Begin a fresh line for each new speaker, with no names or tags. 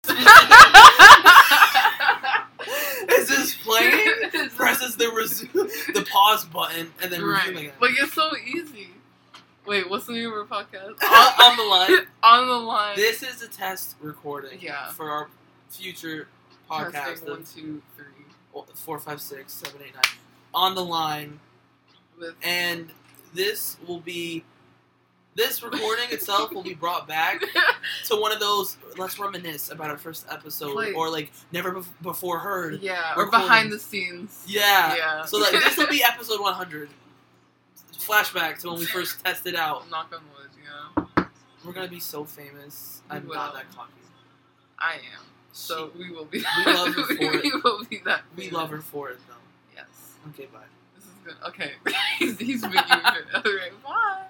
pause button and then
right.
reviewing it.
Like it's so easy. Wait, what's the name of our podcast?
on, on the line.
On the line.
This is a test recording.
Yeah.
For our future podcast.
Testing one,
Of
two, three.
four, five, six, seven, eight, nine. On the line.
With
and this will be this recording itself will be brought back to one of those let's reminisce about our first episode
Like-
or like never bef- before heard
yeah, or
recording.
behind the scenes.
yeah,
Yeah.
so like this will be episode 100 flashback to when we first tested out
Knock on wood. Yeah,
we're gonna be so famous
We
i'm not
will.
that cocky
I am. So we will be.
We love her for it.
we will be that.
we
famous.
love her for it though
Yes.
okay bye
This is good. Okay. he's he's making it. All right. Bye.